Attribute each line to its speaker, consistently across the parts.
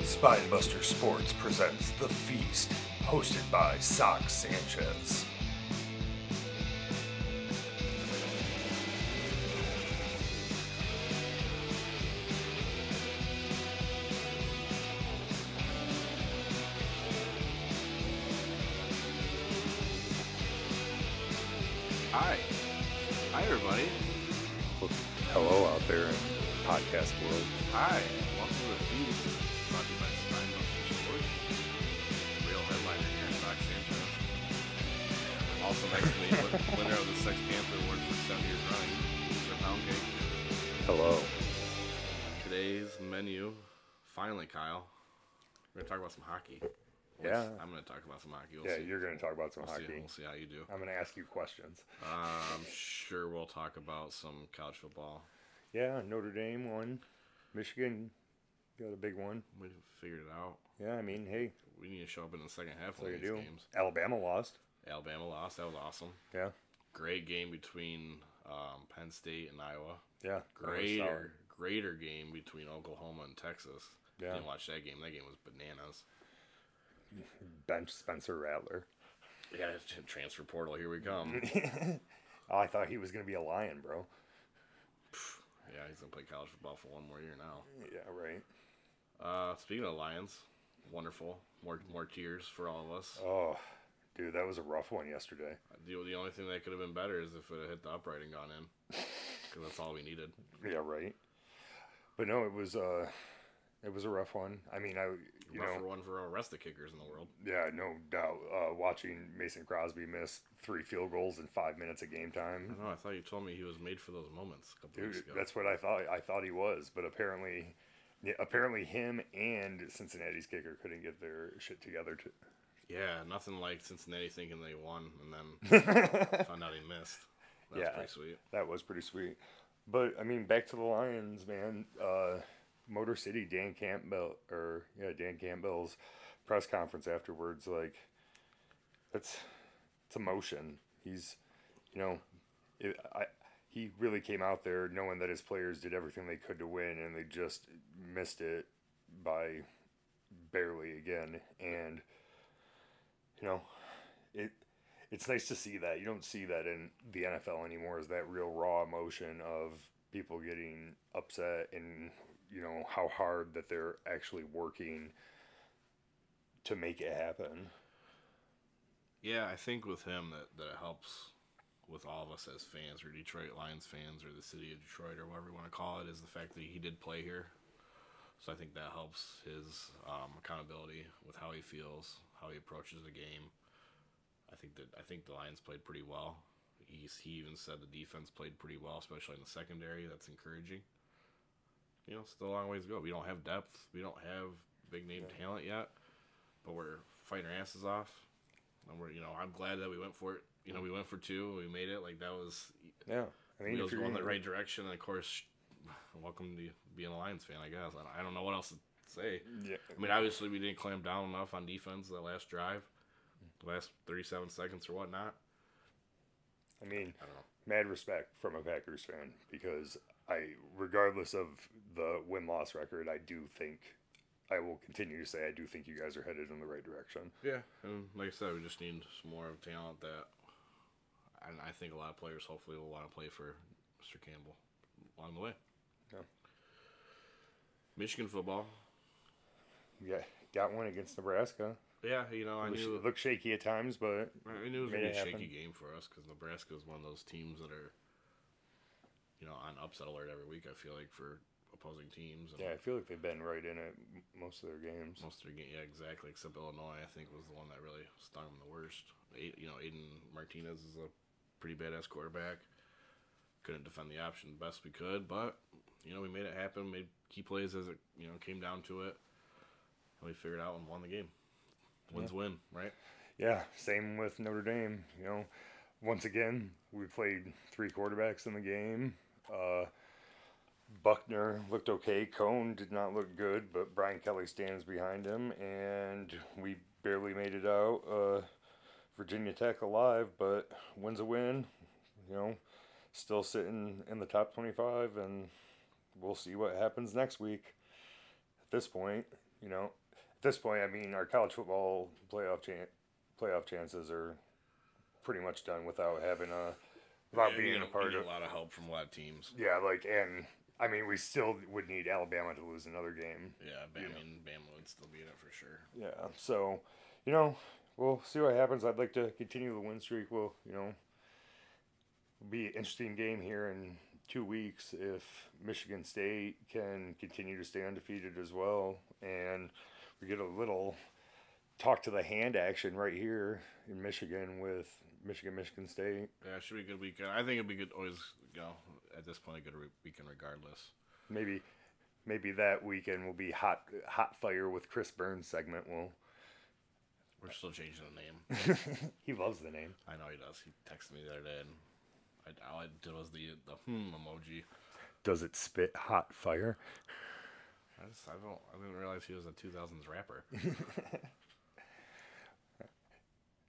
Speaker 1: Spinebuster Sports presents The Feast, hosted by Sock Sanchez.
Speaker 2: Hi. Hi, everybody.
Speaker 1: Hello out there in podcast world.
Speaker 2: Hi. Welcome to the feed. Brought to you by Steinbuster Sports. Real headliner here in Sox Sanchez. Also, nicely, win- winner of the Sex Panther Award for seven years running, Mr. Pound Cake.
Speaker 1: Hello.
Speaker 2: Today's menu, finally, Kyle. We're going to talk about some hockey. Or
Speaker 1: Yeah.
Speaker 2: I'm going to talk about some hockey. We'll
Speaker 1: Yeah,
Speaker 2: see.
Speaker 1: you're going to talk about some
Speaker 2: We'll see,
Speaker 1: hockey.
Speaker 2: we'll see how you do.
Speaker 1: I'm going to ask you questions.
Speaker 2: Uh, I'm sure we'll talk about some college football.
Speaker 1: Yeah, Notre Dame won. Michigan got a big one.
Speaker 2: We figured it out.
Speaker 1: Yeah, I mean, hey,
Speaker 2: We need to show up in the second half
Speaker 1: what
Speaker 2: of
Speaker 1: do you
Speaker 2: these
Speaker 1: do?
Speaker 2: games.
Speaker 1: Alabama lost.
Speaker 2: Alabama lost. That was awesome.
Speaker 1: Yeah,
Speaker 2: Great game between um, Penn State and Iowa.
Speaker 1: yeah. that was uh, solid.
Speaker 2: Greater, greater game between Oklahoma and Texas.
Speaker 1: Yeah.
Speaker 2: Didn't watch that game. That game was bananas.
Speaker 1: Bench Spencer Rattler.
Speaker 2: Yeah, it's transfer portal. Here we come. yeah,
Speaker 1: Oh, I thought he was going to be a lion, bro.
Speaker 2: he's gonna play college football for one more year now.
Speaker 1: Yeah, right.
Speaker 2: Uh, speaking of Lions, wonderful. More more tears for all of us.
Speaker 1: Oh, dude, that was a rough one yesterday.
Speaker 2: The, the only thing that could have been better is if it had hit the upright and gone in, because that's all we needed.
Speaker 1: Yeah, right. But no, it was uh it was a rough one. I mean, I you
Speaker 2: Rougher
Speaker 1: know,
Speaker 2: one for all the rest of the kickers in the world.
Speaker 1: yeah, no doubt. Uh, watching Mason Crosby miss three field goals in five minutes of game time,
Speaker 2: No, I thought you told me he was made for those moments a couple weeks
Speaker 1: dude,
Speaker 2: ago.
Speaker 1: that's what I thought. I thought he was, but apparently, yeah, apparently him and Cincinnati's kicker couldn't get their shit together. To,
Speaker 2: Yeah, nothing like Cincinnati thinking they won and then found out he missed. That's
Speaker 1: Yeah.
Speaker 2: pretty sweet.
Speaker 1: that was pretty sweet. But I mean, back to the Lions, man. Uh, Motor City Dan Campbell or yeah Dan Campbell's press conference afterwards, like it's it's emotion. He's you know it, I he really came out there knowing that his players did everything they could to win and they just missed it by barely again and you know it it's nice to see that you don't see that in the NFL anymore is that real raw emotion of people getting upset and you know how hard that they're actually working to make it happen
Speaker 2: Yeah, I think with him that, that it helps with all of us as fans or Detroit Lions fans or the city of Detroit or whatever you want to call it is the fact that he did play here. So I think that helps his um, accountability with how he feels, how he approaches the game. I think that I think the Lions played pretty well. He's, he even said the defense played pretty well, especially in the secondary. That's encouraging. You know, it's still a long ways to go. We don't have depth. We don't have big name talent yet, but we're fighting our asses off. And we're, you know, I'm glad that we went for it. You know, we went for two. We made it. Like that was
Speaker 1: yeah i mean
Speaker 2: wheels
Speaker 1: if you're
Speaker 2: going in
Speaker 1: gonna-
Speaker 2: the right direction. And of course, welcome to being a Lions fan. I guess I don't, I don't know what else to say.
Speaker 1: yeah,
Speaker 2: I mean, obviously we didn't clamp down enough on defense that last drive, the last 37 seconds or whatnot.
Speaker 1: i mean
Speaker 2: I don't know.
Speaker 1: mad respect from a Packers fan because I, regardless of the win loss record, I do think I will continue to say I do think you guys are headed in the right direction.
Speaker 2: Yeah, and like I said, we just need some more of talent that, and I think a lot of players hopefully will want to play for Mr. Campbell along the way.
Speaker 1: Yeah.
Speaker 2: Michigan football.
Speaker 1: Yeah, got one against Nebraska.
Speaker 2: Yeah, you know I
Speaker 1: It
Speaker 2: knew
Speaker 1: looked shaky at times, but
Speaker 2: I knew it was
Speaker 1: made
Speaker 2: gonna be a
Speaker 1: it
Speaker 2: shaky
Speaker 1: happen.
Speaker 2: game for us because Nebraska is one of those teams that are, you know, on upset alert every week. I feel like for opposing teams. And
Speaker 1: yeah, I feel like they've been right in it m- most of their games.
Speaker 2: Most of their game, yeah, exactly. Except Illinois, I think was the one that really stung them the worst. A- you know, Aiden Martinez is a pretty badass quarterback. Couldn't defend the option the best we could, but you know we made it happen. Made key plays as it you know came down to it, and we figured out and won the game. Wins win, right?
Speaker 1: Yeah, same with Notre Dame. You know, once again, we played three quarterbacks in the game. Uh, Buckner looked okay. Cone did not look good, but Brian Kelly stands behind him, and we barely made it out. Uh, Virginia Tech alive, but wins a win. You know, still sitting in the top 25, and we'll see what happens next week. At this point, you know,
Speaker 3: this point, I mean, our college football playoff chan- playoff chances are pretty much done without having a without
Speaker 2: Yeah, you
Speaker 3: being
Speaker 2: get
Speaker 3: a part
Speaker 2: you get
Speaker 3: of.
Speaker 2: a lot of help from a lot of teams.
Speaker 3: Yeah, like and I mean, we still would need Alabama to lose another game.
Speaker 2: Yeah, Bam, I mean, Bama would still be in it for sure.
Speaker 3: Yeah, so you know, we'll see what happens. I'd like to continue the win streak. We'll you know, it'll be an interesting game here in two weeks if Michigan State can continue to stay undefeated as well, and we get a little talk to the hand action right here in Michigan with Michigan Michigan State.
Speaker 2: Yeah, it should be a good weekend. I think it'll be good. Always, you know, at this point, a good re- weekend regardless.
Speaker 3: Maybe. Maybe that weekend will be hot, hot fire with Chris Burns segment. Will
Speaker 2: We're still changing the name.
Speaker 3: he loves the name?
Speaker 2: I know he does. He texted me the other day, and I, all I did was the the hmm emoji.
Speaker 3: Does it spit hot fire?
Speaker 2: I just I don't I didn't realize he was a 2000s rapper.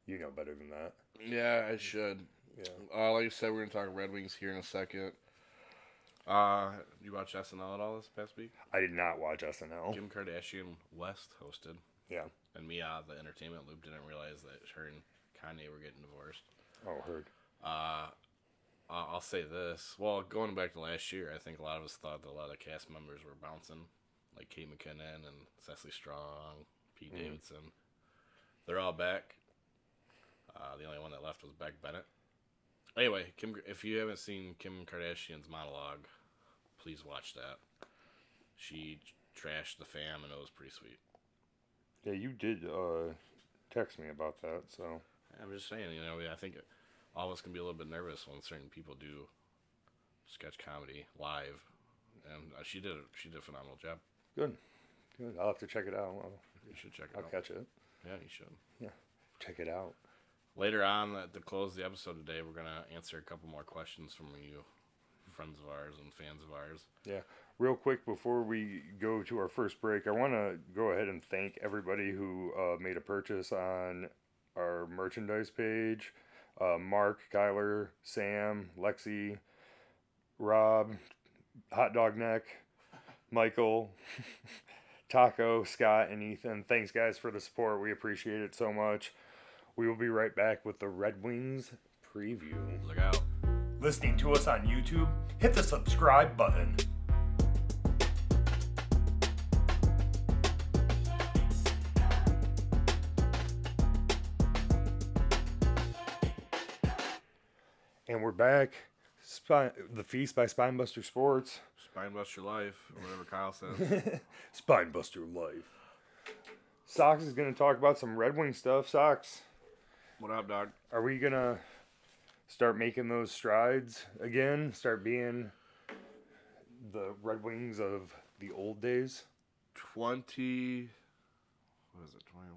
Speaker 3: You know better than that.
Speaker 2: yeah, I should.
Speaker 3: Yeah.
Speaker 2: Uh, like I said, we're gonna talk Red Wings here in a second. Uh, you watched SNL at all this past week?
Speaker 3: I did not watch SNL.
Speaker 2: Kim Kardashian West hosted,
Speaker 3: Yeah.
Speaker 2: and Mia, the entertainment loop, didn't realize that her and Kanye were getting divorced.
Speaker 3: Oh, heard.
Speaker 2: Uh, I- I'll say this. Well, going back to last year, I think a lot of us thought that a lot of cast members were bouncing, like Kate McKinnon and Cecily Strong, Pete
Speaker 3: Mhm.
Speaker 2: Davidson. They're all back. Uh, the only one that left was Beck Bennett. Anyway, Kim, if you haven't seen Kim Kardashian's monologue, please watch that. She trashed the fam, and it was pretty sweet.
Speaker 3: Yeah, you did uh, text me about that. So
Speaker 2: I'm just saying, you know, I think all of us can be a little bit nervous when certain people do sketch comedy live, and uh, she did she did a phenomenal job.
Speaker 3: good. Good. I'll have to check it out. I'll,
Speaker 2: You should check it
Speaker 3: I'll
Speaker 2: out.
Speaker 3: catch it.
Speaker 2: Yeah, you should.
Speaker 3: Check it out.
Speaker 2: Later on, uh, to close the episode today, we're gonna answer a couple more questions from you, friends of ours and fans of ours.
Speaker 3: Yeah. Real quick before we go to our first break, I want to go ahead and thank everybody who uh, made a purchase on our merchandise page. Uh, Mark, Kyler, Sam, Lexi, Rob, Hot Dog Neck, Michael, Taco, Scott, and Ethan. Thanks, guys, for the support. We appreciate it so much. We will be right back with the Red Wings preview
Speaker 2: Look out!
Speaker 3: listening to us on YouTube, hit the subscribe button. And we're back. Spine, the Feast by Spinebuster Sports.
Speaker 2: Spinebuster life, or whatever Kyle says.
Speaker 3: Spinebuster Life. Socks is going to talk about some Red Wing stuff. Socks,
Speaker 2: what up, dog?
Speaker 3: are we going to start making those strides again? Start being the Red Wings of the old days?
Speaker 2: Twenty. What is it? 21,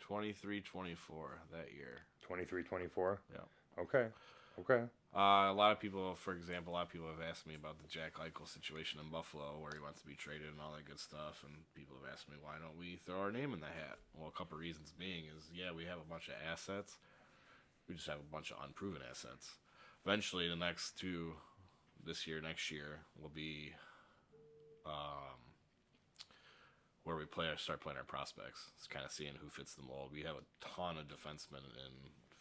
Speaker 2: 23, 24 that year.
Speaker 3: 23 24?
Speaker 2: Yeah.
Speaker 3: Okay. Okay.
Speaker 2: Uh, a lot of people, for example, a lot of people have asked me about the Jack Eichel situation in Buffalo, where he wants to be traded and all that good stuff. And people have asked me why don't we throw our name in the hat? Well, a couple of reasons being is yeah, we have a bunch of assets, we just have a bunch of unproven assets. Eventually, the next two, this year, next year, will be um, where we play our start playing our prospects. It's kind of seeing who fits the mold. We have a ton of defensemen in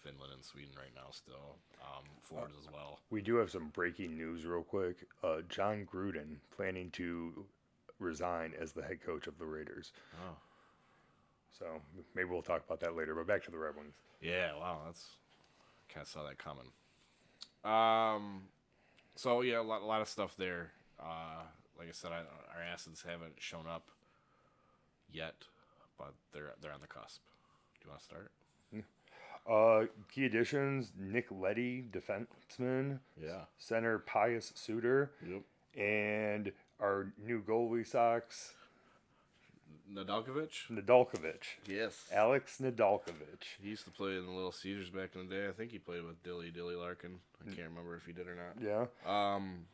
Speaker 2: Finland and Sweden right now, still um, forwards as well.
Speaker 3: We do have some breaking news, real quick. Uh, John Gruden planning to resign as the head coach of the Raiders.
Speaker 2: Oh,
Speaker 3: So maybe we'll talk about that later. But back to the Red Wings.
Speaker 2: yeah. Wow, that's kind of saw that coming. Um, so yeah, a lot, a lot of stuff there. Uh, like I said, I, our assets haven't shown up yet, but they're they're on the cusp. Do you want to start?
Speaker 3: Uh, key additions Nick Letty, defenseman,
Speaker 2: Yeah.
Speaker 3: center Pius Suter,
Speaker 2: Yep.
Speaker 3: and our new goalie socks,
Speaker 2: Nadalkovich.
Speaker 3: Nadalkovich.
Speaker 2: Yes.
Speaker 3: Alex Nadalkovich.
Speaker 2: He used to play in the Little Caesars back in the day. I think he played with Dilly Dilly Larkin. I can't remember if he did or not.
Speaker 3: Yeah.
Speaker 2: Um,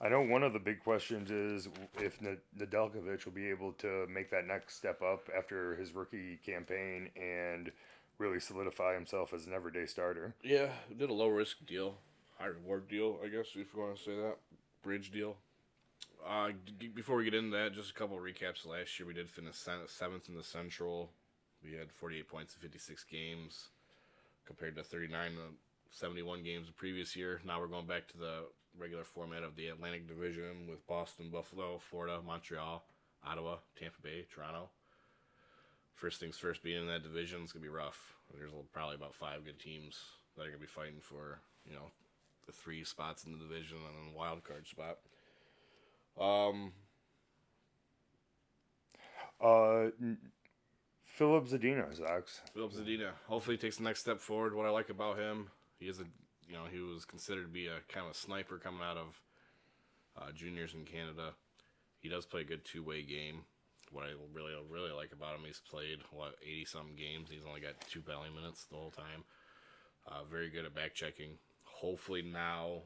Speaker 3: I know one of the big questions is if N- Nedeljkovic will be able to make that next step up after his rookie campaign and really solidify himself as an everyday starter.
Speaker 2: yeah, did a low risk deal, high reward deal, I guess if you want to say that, bridge deal. Uh, g- before we get into that, just a couple of recaps. Last year, we did finish sen- seventh in the Central. We had 48 points in 56 games, compared to 39 and 71 games the previous year. Now we're going back to the regular format of the Atlantic Division with Boston, Buffalo, Florida, Montreal, Ottawa, Tampa Bay, Toronto. First things first, being in that division is gonna be rough. There's probably about five good teams that are gonna be fighting for you know the three spots in the division and then the wild card spot. Um,
Speaker 3: Uh, n- Philip Zadino's ox.
Speaker 2: Philip Zadina hopefully takes the next step forward. What I like about him, he is a you know he was considered to be a kind of a sniper coming out of uh, juniors in Canada. He does play a good two way game. What I really really like about him, he's played what eighty some games. He's only got two penalty minutes the whole time. Uh, very good at back checking. Hopefully now,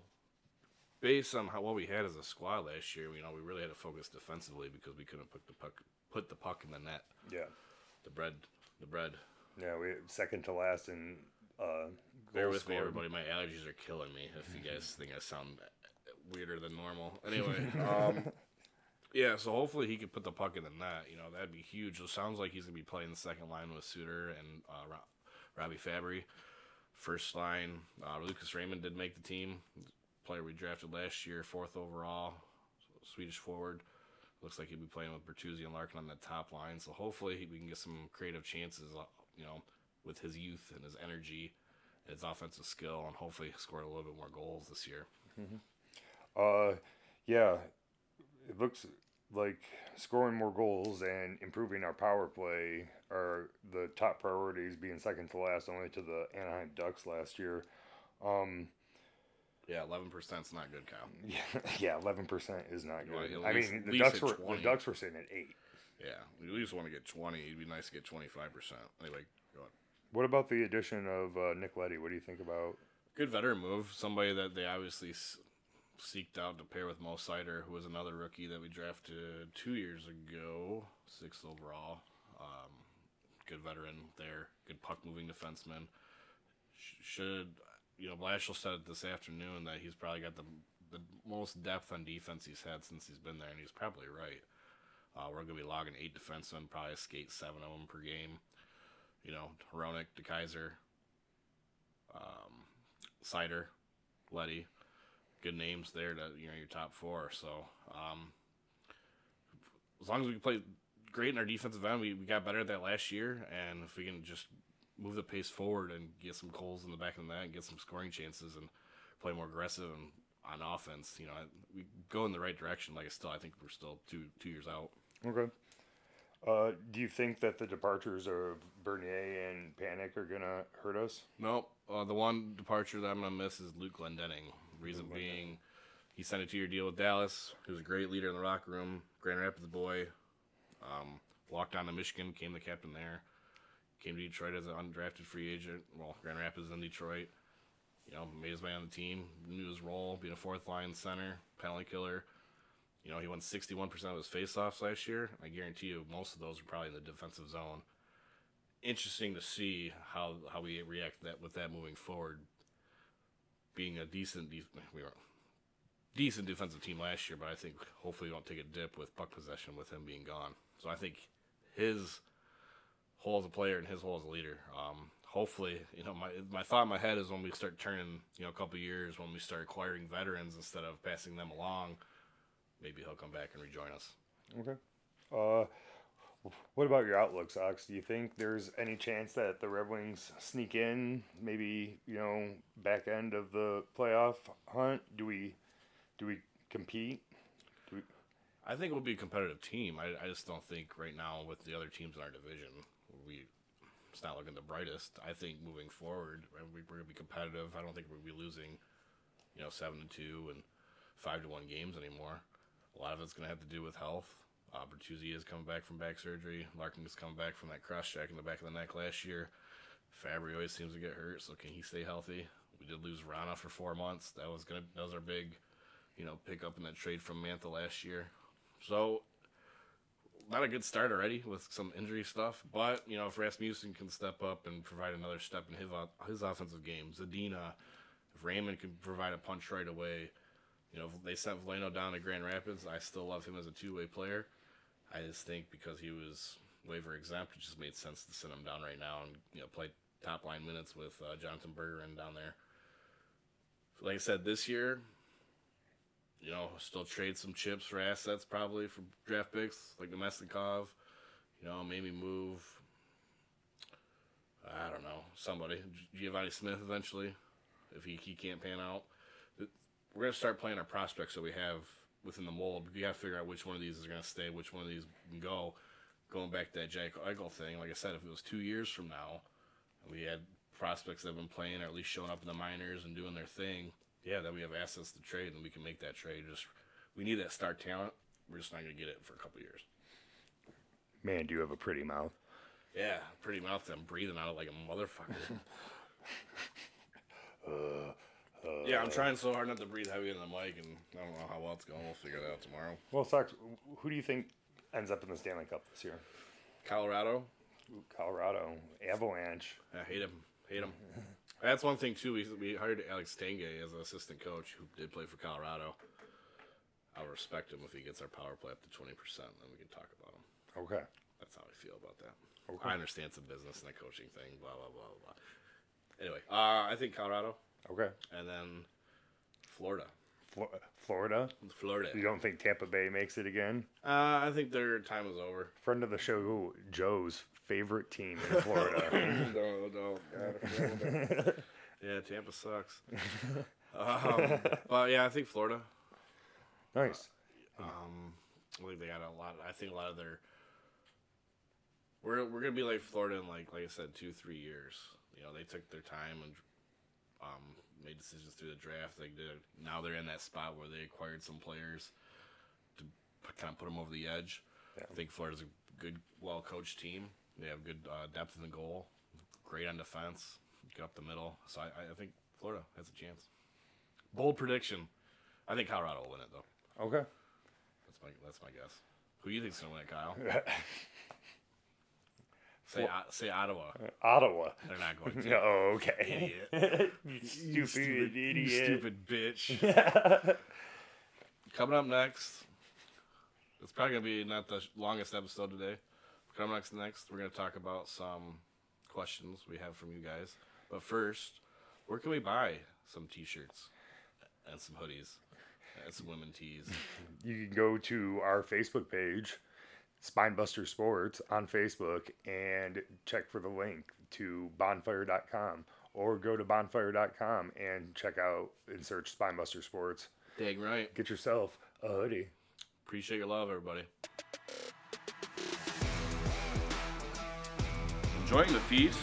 Speaker 2: based on how what we had as a squad last year, you know we really had to focus defensively because we couldn't put the puck put the puck in the net.
Speaker 3: Yeah,
Speaker 2: The bread, the bread.
Speaker 3: yeah. We second to last in uh,
Speaker 2: Bear
Speaker 3: goals
Speaker 2: with me,
Speaker 3: scored.
Speaker 2: everybody. My allergies are killing me. If you guys think I sound weirder than normal, anyway. Um, yeah, so hopefully he could put the puck in the net. You know that'd be huge. It sounds like he's gonna be playing the second line with Suter and uh, Ro- Robbie Fabry. First line, uh, Lucas Raymond did make the team. Player we drafted last year, fourth overall, Swedish forward. Looks like he'll be playing with Bertuzzi and Larkin on the top line. So hopefully we can get some creative chances. uh, You know, with his youth and his energy his offensive skill and hopefully scored a little bit more goals this year.
Speaker 3: Uh, yeah, it looks like scoring more goals and improving our power play are the top priorities. Being second to last, only to the Anaheim Ducks last year. Um,
Speaker 2: Yeah, eleven percent's not good, Kyle.
Speaker 3: yeah, eleven percent is not
Speaker 2: Well,
Speaker 3: good.
Speaker 2: at
Speaker 3: I
Speaker 2: least-
Speaker 3: mean,
Speaker 2: at
Speaker 3: the
Speaker 2: least
Speaker 3: Ducks
Speaker 2: at
Speaker 3: were
Speaker 2: 20.
Speaker 3: the Ducks were sitting at eight.
Speaker 2: Yeah, we at least want to get twenty. It'd be nice to get twenty five percent. Anyway, go on.
Speaker 3: What about the addition of uh, Nick Letty? What do you think about?
Speaker 2: good veteran move. Somebody that they obviously s- seeked out to pair with Mo Sider, who was another rookie that we drafted two years ago, sixth overall. Um, good veteran there. Good puck moving defenseman. Sh- should you know Blashill said it this afternoon that he's probably got the the most depth on defense he's had since he's been there, and he's probably right. Uh, we're gonna be logging eight defensemen, probably skate seven of them per game. You know, Hronik, DeKaiser, um, Cider, Letty. Good names there to you know your top four. So um, as long as we play great in our defensive end, we, we got better at that last year, and if we can just move the pace forward and get some goals in the back of the net, and get some scoring chances, and play more aggressive and on offense, you know, I- we go in the right direction. Like I still, I think we're still two two years out.
Speaker 3: Okay. Uh, do you think that the departures of Bernier and Panic are gonna hurt us?
Speaker 2: Nope. Uh, the one departure that I'm going to miss is Luke Glendening. Reason
Speaker 3: Luke Glendening.
Speaker 2: being, he signed a two year deal with Dallas. He was a great leader in the locker room, Grand Rapids boy. Um, walked on to Michigan, came the captain there. Came to Detroit as an undrafted free agent. Well, Grand Rapids in Detroit. You know, made his way on the team, knew his role, being a fourth line center, penalty killer. You know, he won 61% of his faceoffs last year. I guarantee you, most of those were probably in the defensive zone interesting to see how how we react to that with that moving forward. Being a decent de- we were decent defensive team last year, but I think hopefully we don't take a dip with puck possession with him being gone. So I think his hole as a player and his hole as a leader. Um, hopefully, you know my my thought in my head is when we start turning you know a couple years when we start acquiring veterans instead of passing them along, maybe he'll come back and rejoin us.
Speaker 3: Okay. Uh, what about your outlook, Sox? Do you think there's any chance that the Red Wings sneak in? Maybe you know back end of the playoff hunt. Do we do we compete?
Speaker 2: I think we'll be a competitive team. I, I just don't think right now with the other teams in our division, we it's not looking the brightest. I think moving forward, uh, we, we're gonna be competitive. I don't think we'll be losing, you know, seven to two and five to one games anymore. A lot of it's gonna have to do with health. Uh, Bertuzzi is coming back from back surgery. Larkin is coming back from that cross check in the back of the neck last year. Fabry always seems to get hurt, so can he stay healthy? We did lose Rana for four months. That was gonna that was our big, you know, pickup in that trade from Mantha last year. So not a good start already with some injury stuff, but you know if Rasmussen can step up and provide another step in his o- his offensive game, Zadina, if Raymond can provide a punch right away, You know, they sent Valeno down to Grand Rapids. I still love him as a two way player. I just think because he was waiver exempt, it just made sense to send him down right now and you know play top line minutes with uh, Jonathan Berger and down there. Like I said, this year, you know, still trade some chips for assets probably for draft picks like Domestikov. You know, maybe move. I don't know somebody Giovanni Smith eventually, if he, he can't pan out. But We're gonna start playing our prospects that we have within the mold. You gotta figure out which one of these is gonna stay, which one of these can go. Going back to that Jack Eichel thing, like I said, if it was two years from now, and we had prospects that have been playing or at least showing up in the minors and doing their thing, yeah, then we have assets to trade and we can make that trade. Just we need that star talent. We're just not gonna get it for a couple years.
Speaker 3: Man, do you have a pretty mouth?
Speaker 2: Yeah, pretty mouth. I'm breathing out of like a motherfucker. yeah, I'm trying so hard not to breathe heavy in the mic, and I don't know how well it's going. We'll figure it out tomorrow.
Speaker 3: Well, Sox, who do you think ends up in the Stanley Cup this year?
Speaker 2: Colorado,
Speaker 3: Ooh, Colorado, Avalanche.
Speaker 2: I hate him. Hate him. That's one thing too. We, we hired Alex Tenge as an assistant coach who did play for Colorado. I'll respect him if he gets our power play up to twenty percent. Then we can talk about him.
Speaker 3: Okay.
Speaker 2: That's how I feel about that.
Speaker 3: Okay.
Speaker 2: I understand it's a business and a coaching thing. Blah blah blah blah. Anyway, uh, I think Colorado
Speaker 3: Okay.
Speaker 2: and then Florida.
Speaker 3: Flo- Florida.
Speaker 2: Florida.
Speaker 3: You don't think Tampa Bay makes it again?
Speaker 2: Uh, I think their time is over.
Speaker 3: Friend of the show, Joe's favorite team in Florida.
Speaker 2: no, no, God, I forgot about that. yeah, Tampa sucks. um, but yeah, I think Florida.
Speaker 3: nice.
Speaker 2: Um, I think they got a lot. I think a lot of their. We're we're gonna be like Florida in like like I said two three years. You know they took their time and um, made decisions through the draft. They did. Now they're in that spot where they acquired some players to kind of put them over the edge. I think Florida's a good, well coached team. They have good uh, depth in the goal, great on defense, get up the middle. So I, I- I think Florida has a chance. Bold prediction. I think Colorado will win it though.
Speaker 3: Okay.
Speaker 2: That's my that's my guess. Who do you think's gonna win it, Kyle? say uh, say Ottawa.
Speaker 3: Ottawa.
Speaker 2: They're not going to.
Speaker 3: No, Oh, okay.
Speaker 2: Idiot. You
Speaker 3: You stupid,
Speaker 2: stupid
Speaker 3: idiot.
Speaker 2: You stupid bitch. Coming up next, it's probably gonna be not the sh- longest episode today. Coming up next, we're gonna talk about some questions we have from you guys. But first, where can we buy some T-shirts and some hoodies and some women tees?
Speaker 3: You can go to our Facebook page, Spinebuster Sports, on Facebook and check for the link to bonfire.com or go to bonfire.com and check out and search Spinebuster Sports.
Speaker 2: Dang right.
Speaker 3: Get yourself a hoodie.
Speaker 2: Appreciate your love, everybody.
Speaker 1: Enjoying the feast?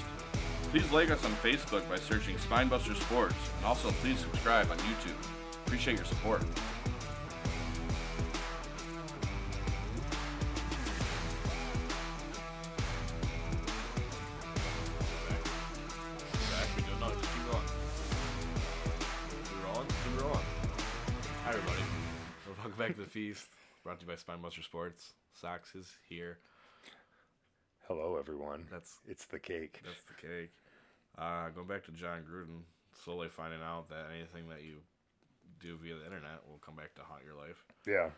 Speaker 1: Please like us on Facebook by searching Spinebuster Sports, and also please subscribe on YouTube. Appreciate your support.
Speaker 2: Hi, everybody. Welcome back to the feast. Brought to you by Spinebuster Sports. Socks is here.
Speaker 3: Hello, everyone.
Speaker 2: That's
Speaker 3: It's the cake.
Speaker 2: that's the cake. Uh, going back to John Gruden, slowly finding out that anything that you do via the internet will come back to haunt your life.
Speaker 3: Yeah.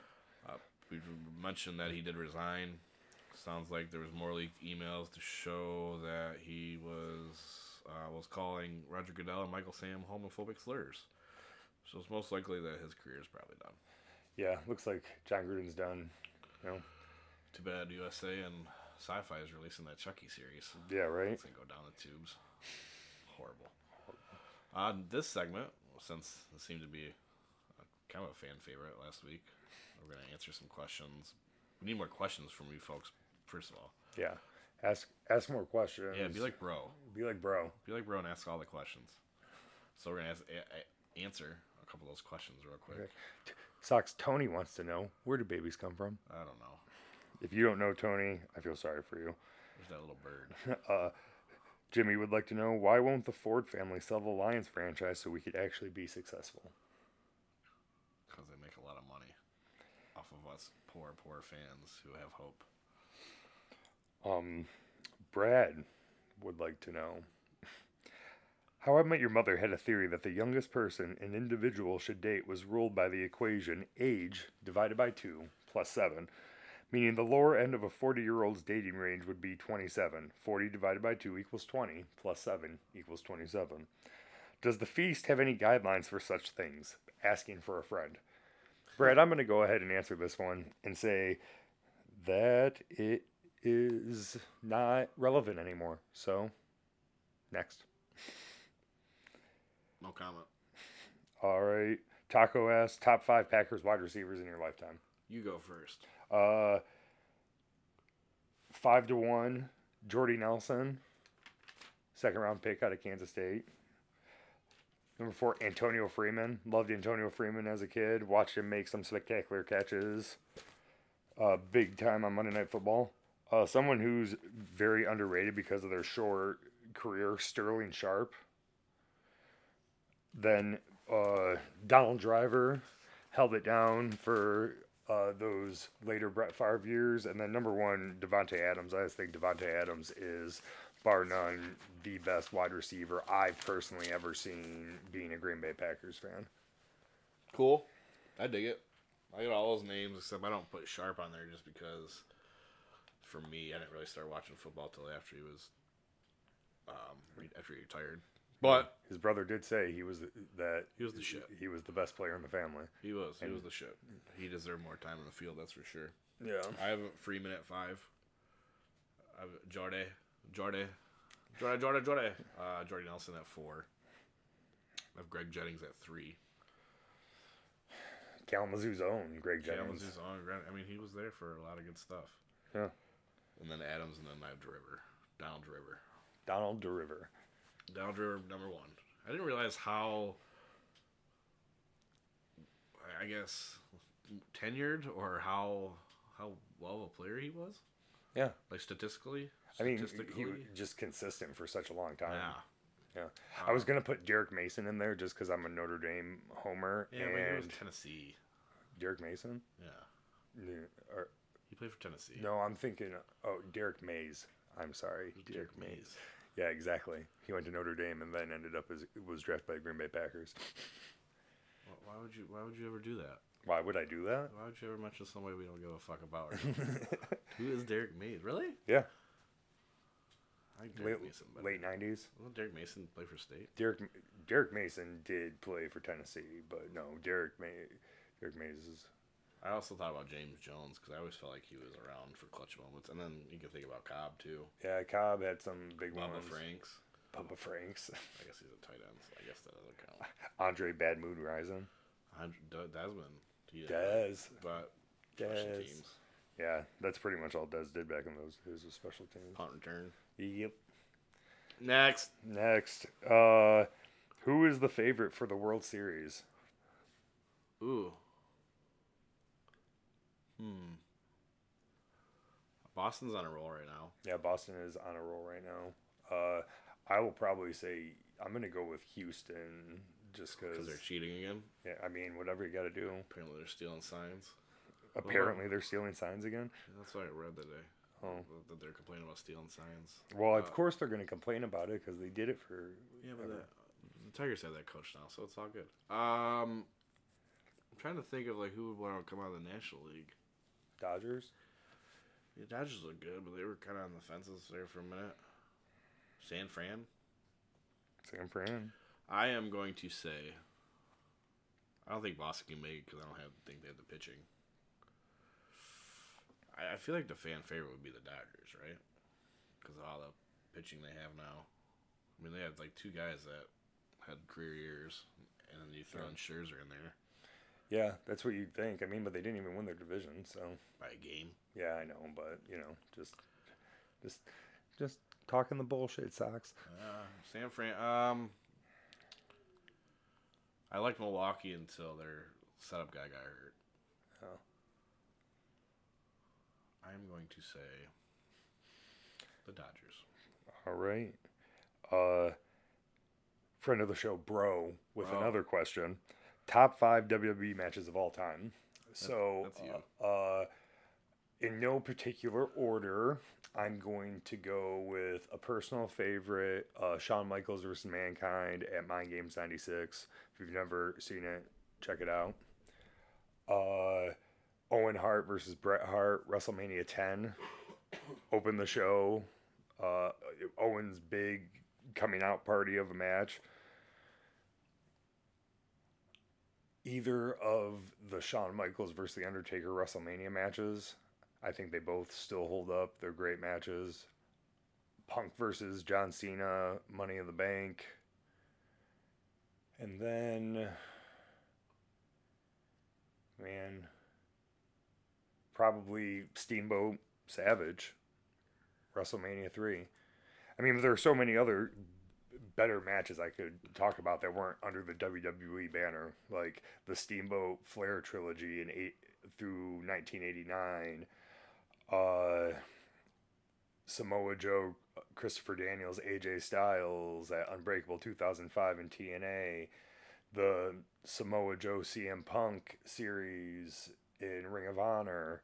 Speaker 2: Uh, we mentioned that he did resign. Sounds like there was more leaked emails to show that he was uh, was calling Roger Goodell and Michael Sam homophobic slurs. So it's most likely that his career is probably done.
Speaker 3: Yeah. Looks like John Gruden's done. You know?
Speaker 2: Too bad USA and Sci-Fi is releasing that Chucky series.
Speaker 3: Yeah, right?
Speaker 2: It's gonna go down the tubes. Horrible. On this segment, since it seemed to be a, kind of a fan favorite last week, we're gonna answer some questions. We need more questions from you folks. First of all,
Speaker 3: Yeah. Ask ask more questions.
Speaker 2: yeah, be like bro,
Speaker 3: be like bro.
Speaker 2: be like bro, and ask all the questions. So we're gonna ask, a, a, answer a couple of those questions real quick.
Speaker 3: Okay. Socks Tony wants to know where do babies come from?
Speaker 2: I don't know.
Speaker 3: If you don't know Tony, I feel sorry for you. Uh,
Speaker 2: There's that little bird.
Speaker 3: Jimmy would like to know why won't the Ford family sell the Lions franchise so we could actually be successful?
Speaker 2: because they make a lot of money off of us poor, poor fans who have hope.
Speaker 3: Um, Brad would like to know How I Met Your Mother had a theory that the youngest person an individual should date was ruled by the equation age divided by 2 plus 7, meaning the lower end of a 40 year old's dating range would be 27. 40 divided by 2 equals 20, plus 7 equals 27. Does the feast have any guidelines for such things? Asking for a friend. Brad, I'm going to go ahead and answer this one and say that it is not relevant anymore. So, next.
Speaker 2: No comment.
Speaker 3: All right. Taco asked top five Packers wide receivers in your lifetime.
Speaker 2: You go first.
Speaker 3: Uh, five to one, Jordy Nelson, second round pick out of Kansas State. Number four, Antonio Freeman. Loved Antonio Freeman as a kid. Watched him make some spectacular catches. Uh, big time on Monday Night Football. Uh, someone who's very underrated because of their short career, Sterling Sharp. Then uh, Donald Driver held it down for uh, those later Brett Favre years. And then number one, Devonte Adams. I just think Devonte Adams is, bar none, the best wide receiver I've personally ever seen being a Green Bay Packers fan.
Speaker 2: Cool. I dig it. I get all those names except I don't put Sharp on there just because for me I didn't really start watching football till after he was um re- after he retired. But
Speaker 3: His brother did say he was th- that
Speaker 2: he was the shit.
Speaker 3: he was the best player in the family.
Speaker 2: He was. He was the shit. He deserved more time in the field, that's for sure.
Speaker 3: Yeah.
Speaker 2: I have Freeman at five. I have Jordy. Jordy. Jordy, Jordy, Jordy. Uh, Jordy Nelson at four. I have Greg Jennings at three.
Speaker 3: Kalamazoo's own Greg Jennings.
Speaker 2: Kalamazoo's on. Grant- I mean, he was there for a lot of good stuff.
Speaker 3: Yeah.
Speaker 2: And then Adams, and then I have Driver. Donald Driver.
Speaker 3: Donald DeRiver.
Speaker 2: Donald Driver, number one. I didn't realize how, I- I guess, tenured or how how well of a player he was.
Speaker 3: Yeah.
Speaker 2: Like statistically.
Speaker 3: I mean,
Speaker 2: statistically.
Speaker 3: he was just consistent for such a long time.
Speaker 2: yeah.
Speaker 3: Yeah. I was going to put Derek Mason in there just because I'm a Notre Dame homer.
Speaker 2: Yeah, but he was
Speaker 3: and
Speaker 2: Tennessee.
Speaker 3: Derek Mason?
Speaker 2: Yeah.
Speaker 3: Yeah, or-
Speaker 2: He played for Tennessee.
Speaker 3: No, I'm thinking, oh, Derek Mays. I'm sorry.
Speaker 2: Derek Mays.
Speaker 3: Yeah, exactly. He went to Notre Dame and then ended up as, was drafted by the Green Bay Packers.
Speaker 2: Wh- Why would you? Why would you ever do that?
Speaker 3: Why would I do that?
Speaker 2: Why would you ever mention somebody we don't give a fuck about? Or Who is Derek Mays? Really?
Speaker 3: yeah.
Speaker 2: I think
Speaker 3: Late,
Speaker 2: Derek Mason. But
Speaker 3: late 90s.
Speaker 2: Wasn't Derek Mason play for State?
Speaker 3: Derek Derek Mason did play for Tennessee, but no, Derek May Derek Mays is
Speaker 2: I also thought about James Jones because I always felt like he was around for clutch moments. And then you can think about Cobb too.
Speaker 3: yeah. Cobb had some big
Speaker 2: Bubba
Speaker 3: ones.
Speaker 2: Franks.
Speaker 3: Bubba Franks,
Speaker 2: I guess he's a tight end. So I guess that doesn't count.
Speaker 3: Andre Bad Mood Rising,
Speaker 2: Andre- Da- Desmond. He didn't play,
Speaker 3: Dez.
Speaker 2: But special
Speaker 3: Dez.
Speaker 2: teams,
Speaker 3: Yeah, that's pretty much all Dez did back in those days was special teams.
Speaker 2: punt return.
Speaker 3: Yep.
Speaker 2: Next.
Speaker 3: Next, uh, who is the favorite for the World Series?
Speaker 2: Ooh. Hmm. Boston's on a roll right now.
Speaker 3: Yeah, Boston is on a roll right now. Uh, I will probably say I'm gonna go with Houston just
Speaker 2: Because
Speaker 3: because.
Speaker 2: they're cheating again.
Speaker 3: Yeah, I mean, whatever you got to do.
Speaker 2: Apparently they're stealing signs.
Speaker 3: Apparently, they're stealing signs again.
Speaker 2: That's what I read today.
Speaker 3: Oh.
Speaker 2: That- That they're complaining about stealing signs.
Speaker 3: Well, of course they're going to complain about it because they did it for.
Speaker 2: Yeah, but that, the Tigers have that coach now, so it's all good. Um, I'm trying to think of like who would want to come out of the National League.
Speaker 3: Dodgers.
Speaker 2: The Dodgers look good, but they were kind of on the fences there for a minute. San Fran.
Speaker 3: San Fran.
Speaker 2: I am going to say. I don't think Boston can make it because I don't have think they have the pitching. I, I feel like the fan favorite would be the Dodgers, right? Because of all the pitching they have now. I mean, they have like two guys that had career years, and then you throw in Scherzer in there
Speaker 3: Yeah, that's what you'd think. I mean, but they didn't even win their division, so
Speaker 2: by a game.
Speaker 3: yeah, I know. But you know, just, just, just talking the bullshit, Sox.
Speaker 2: Uh, San Fran. Um, I liked Milwaukee until their setup guy got hurt.
Speaker 3: Oh.
Speaker 2: I'm going to say the Dodgers.
Speaker 3: All right. Uh, friend of the show, bro, with
Speaker 2: Bro.
Speaker 3: another question. Top five WWE matches of all time. So,
Speaker 2: that's you.
Speaker 3: Uh, uh, in no particular order, I'm going to go with a personal favorite, uh, Shawn Michaels versus Mankind at Mind Games 96. If you've never seen it, check it out. Uh, Owen Hart versus Bret Hart, WrestleMania 10. Open the show. Uh, Owen's big coming out party of a match. Either of the Shawn Michaels versus The Undertaker WrestleMania matches, I think they both still hold up. They're great matches. Punk versus John Cena, Money in the Bank. And then, man, probably Steamboat Savage, WrestleMania 3. I mean, there are so many other better matches I could talk about that weren't under the WWE banner, like the Steamboat Flair trilogy in eight through 1989 uh, Samoa Joe, Christopher Daniels, AJ Styles at Unbreakable 2005 and TNA, the Samoa Joe CM Punk series in Ring of Honor,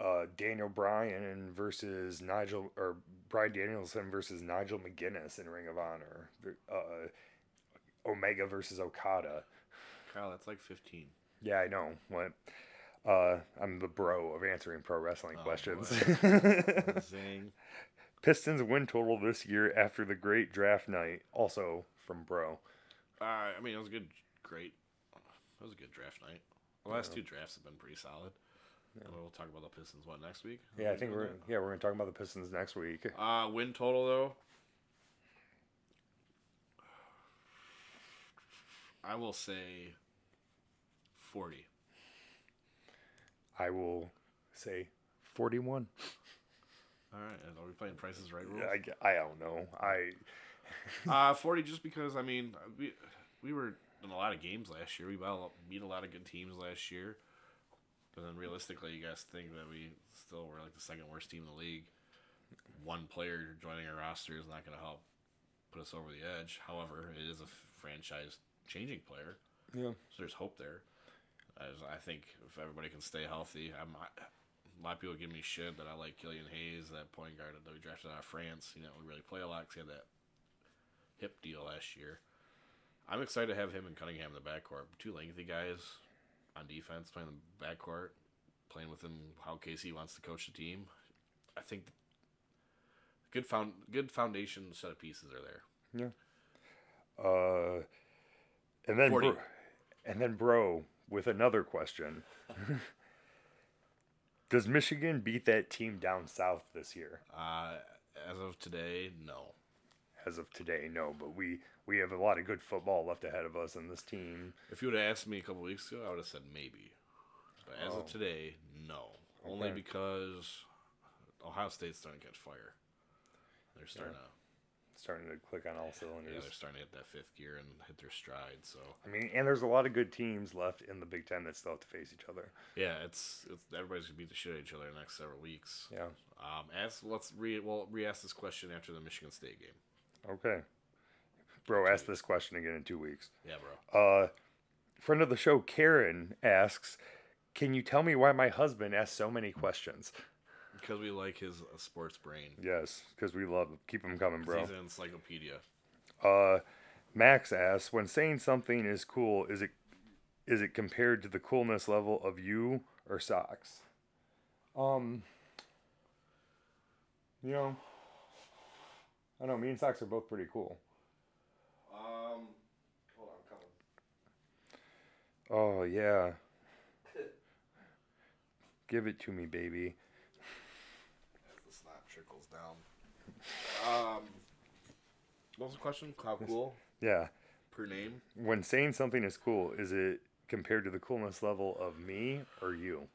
Speaker 3: uh, Daniel Bryan and versus Nigel or Brian Danielson versus Nigel McGuinness in Ring of Honor, uh, Omega versus Okada.
Speaker 2: Kyle, that's like 15.
Speaker 3: Yeah, I know. What? Uh, I'm the bro of answering pro wrestling
Speaker 2: Oh,
Speaker 3: questions.
Speaker 2: Zing.
Speaker 3: Pistons win total this year after the great draft night, also from Bro.
Speaker 2: Uh, I mean, it was a good, great. It was a good draft night. The last two drafts have been pretty solid. And We'll talk about the Pistons what next week.
Speaker 3: Yeah, I think we're yeah we're gonna talk about the Pistons next week.
Speaker 2: Uh, win total though. I will say forty.
Speaker 3: I will say forty-one.
Speaker 2: All right, and are we playing prices right rules?
Speaker 3: I, I don't know. I
Speaker 2: Uh, forty, just because I mean we we were in a lot of games last year. We beat a lot- beat a lot of good teams last year, but then realistically, you guys think that we still were like the second worst team in the league. One player joining our roster is not going to help put us over the edge. However, it is a franchise changing player.
Speaker 3: yeah
Speaker 2: So there's hope there. I, just- I think if everybody can stay healthy, I'm, I, a lot of people give me shit that I like Killian Hayes, that point guard that we drafted out of France. You know, really play a lot 'cause he had that hip deal last year. I'm excited to have him and Cunningham in the backcourt. Two lengthy guys on defense playing the backcourt, playing with him how Casey wants to coach the team. I think good found good foundation set of pieces are there.
Speaker 3: uh, and then
Speaker 2: 40.
Speaker 3: bro, and then Bro with another question. Does Michigan beat that team down south this year?
Speaker 2: Uh, as of today, no.
Speaker 3: As of today, no. But we we have a lot of good football left ahead of us, and this team.
Speaker 2: If you would have asked me a couple weeks ago, I would have said maybe. But as of today, no. Only
Speaker 3: Oh. Okay.
Speaker 2: because Ohio State's starting to catch fire. They're starting
Speaker 3: starting to click on all
Speaker 2: to
Speaker 3: cylinders.
Speaker 2: yeah, they're starting to hit that fifth gear and hit their stride. So
Speaker 3: I mean, and there's a lot of good teams left in the Big Ten that still have to face each other.
Speaker 2: yeah, it's, it's everybody's gonna beat the shit out of each other the next several weeks.
Speaker 3: Yeah.
Speaker 2: Um, as let's re well re-ask this question after the Michigan State game.
Speaker 3: Okay. Bro, ask this question again in two weeks.
Speaker 2: Yeah, bro.
Speaker 3: Uh, friend of the show, Karen asks, "Can you tell me why my husband asks so many questions?"
Speaker 2: Because we like his uh, sports brain.
Speaker 3: Yes, because we love him. keep him coming,
Speaker 2: 'Cause
Speaker 3: bro.
Speaker 2: He's an encyclopedia.
Speaker 3: Uh, Max asks, "When saying something is cool, is it is it compared to the coolness level of you or socks?" Um, you know, I know me and socks are both pretty cool.
Speaker 2: Um, hold on, come
Speaker 3: Oh yeah, give it to me, baby.
Speaker 2: as the snot trickles down. Um, what was the question? How cool
Speaker 3: Yeah,
Speaker 2: per name?
Speaker 3: when saying something is cool, is it compared to the coolness level of me or you?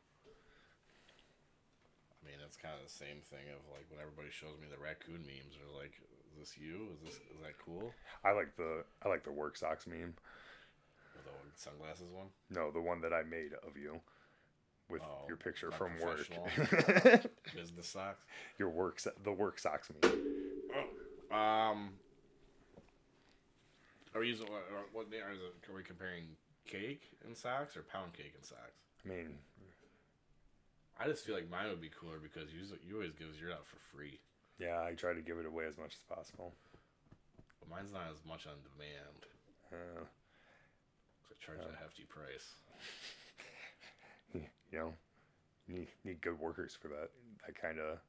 Speaker 2: I mean, it's kind of the same thing of like when everybody shows me the raccoon memes, they're like, "Is this you? Is this is that cool?"
Speaker 3: I like the I like the work socks meme.
Speaker 2: Or the sunglasses one.
Speaker 3: No, the one that I made of you with
Speaker 2: Oh,
Speaker 3: your picture
Speaker 2: not
Speaker 3: from work.
Speaker 2: Business socks.
Speaker 3: your work, so- the work socks meme.
Speaker 2: Um, are we using what? what name- are, the- are we comparing cake and socks or pound cake and socks?
Speaker 3: I mean,
Speaker 2: I just feel like mine would be cooler because you you always gives your out for free.
Speaker 3: Yeah, I try to give it away as much as possible.
Speaker 2: But mine's not as much on demand.
Speaker 3: Uh,
Speaker 2: 'cause I charge a hefty price.
Speaker 3: you know, need need good workers for that that kind of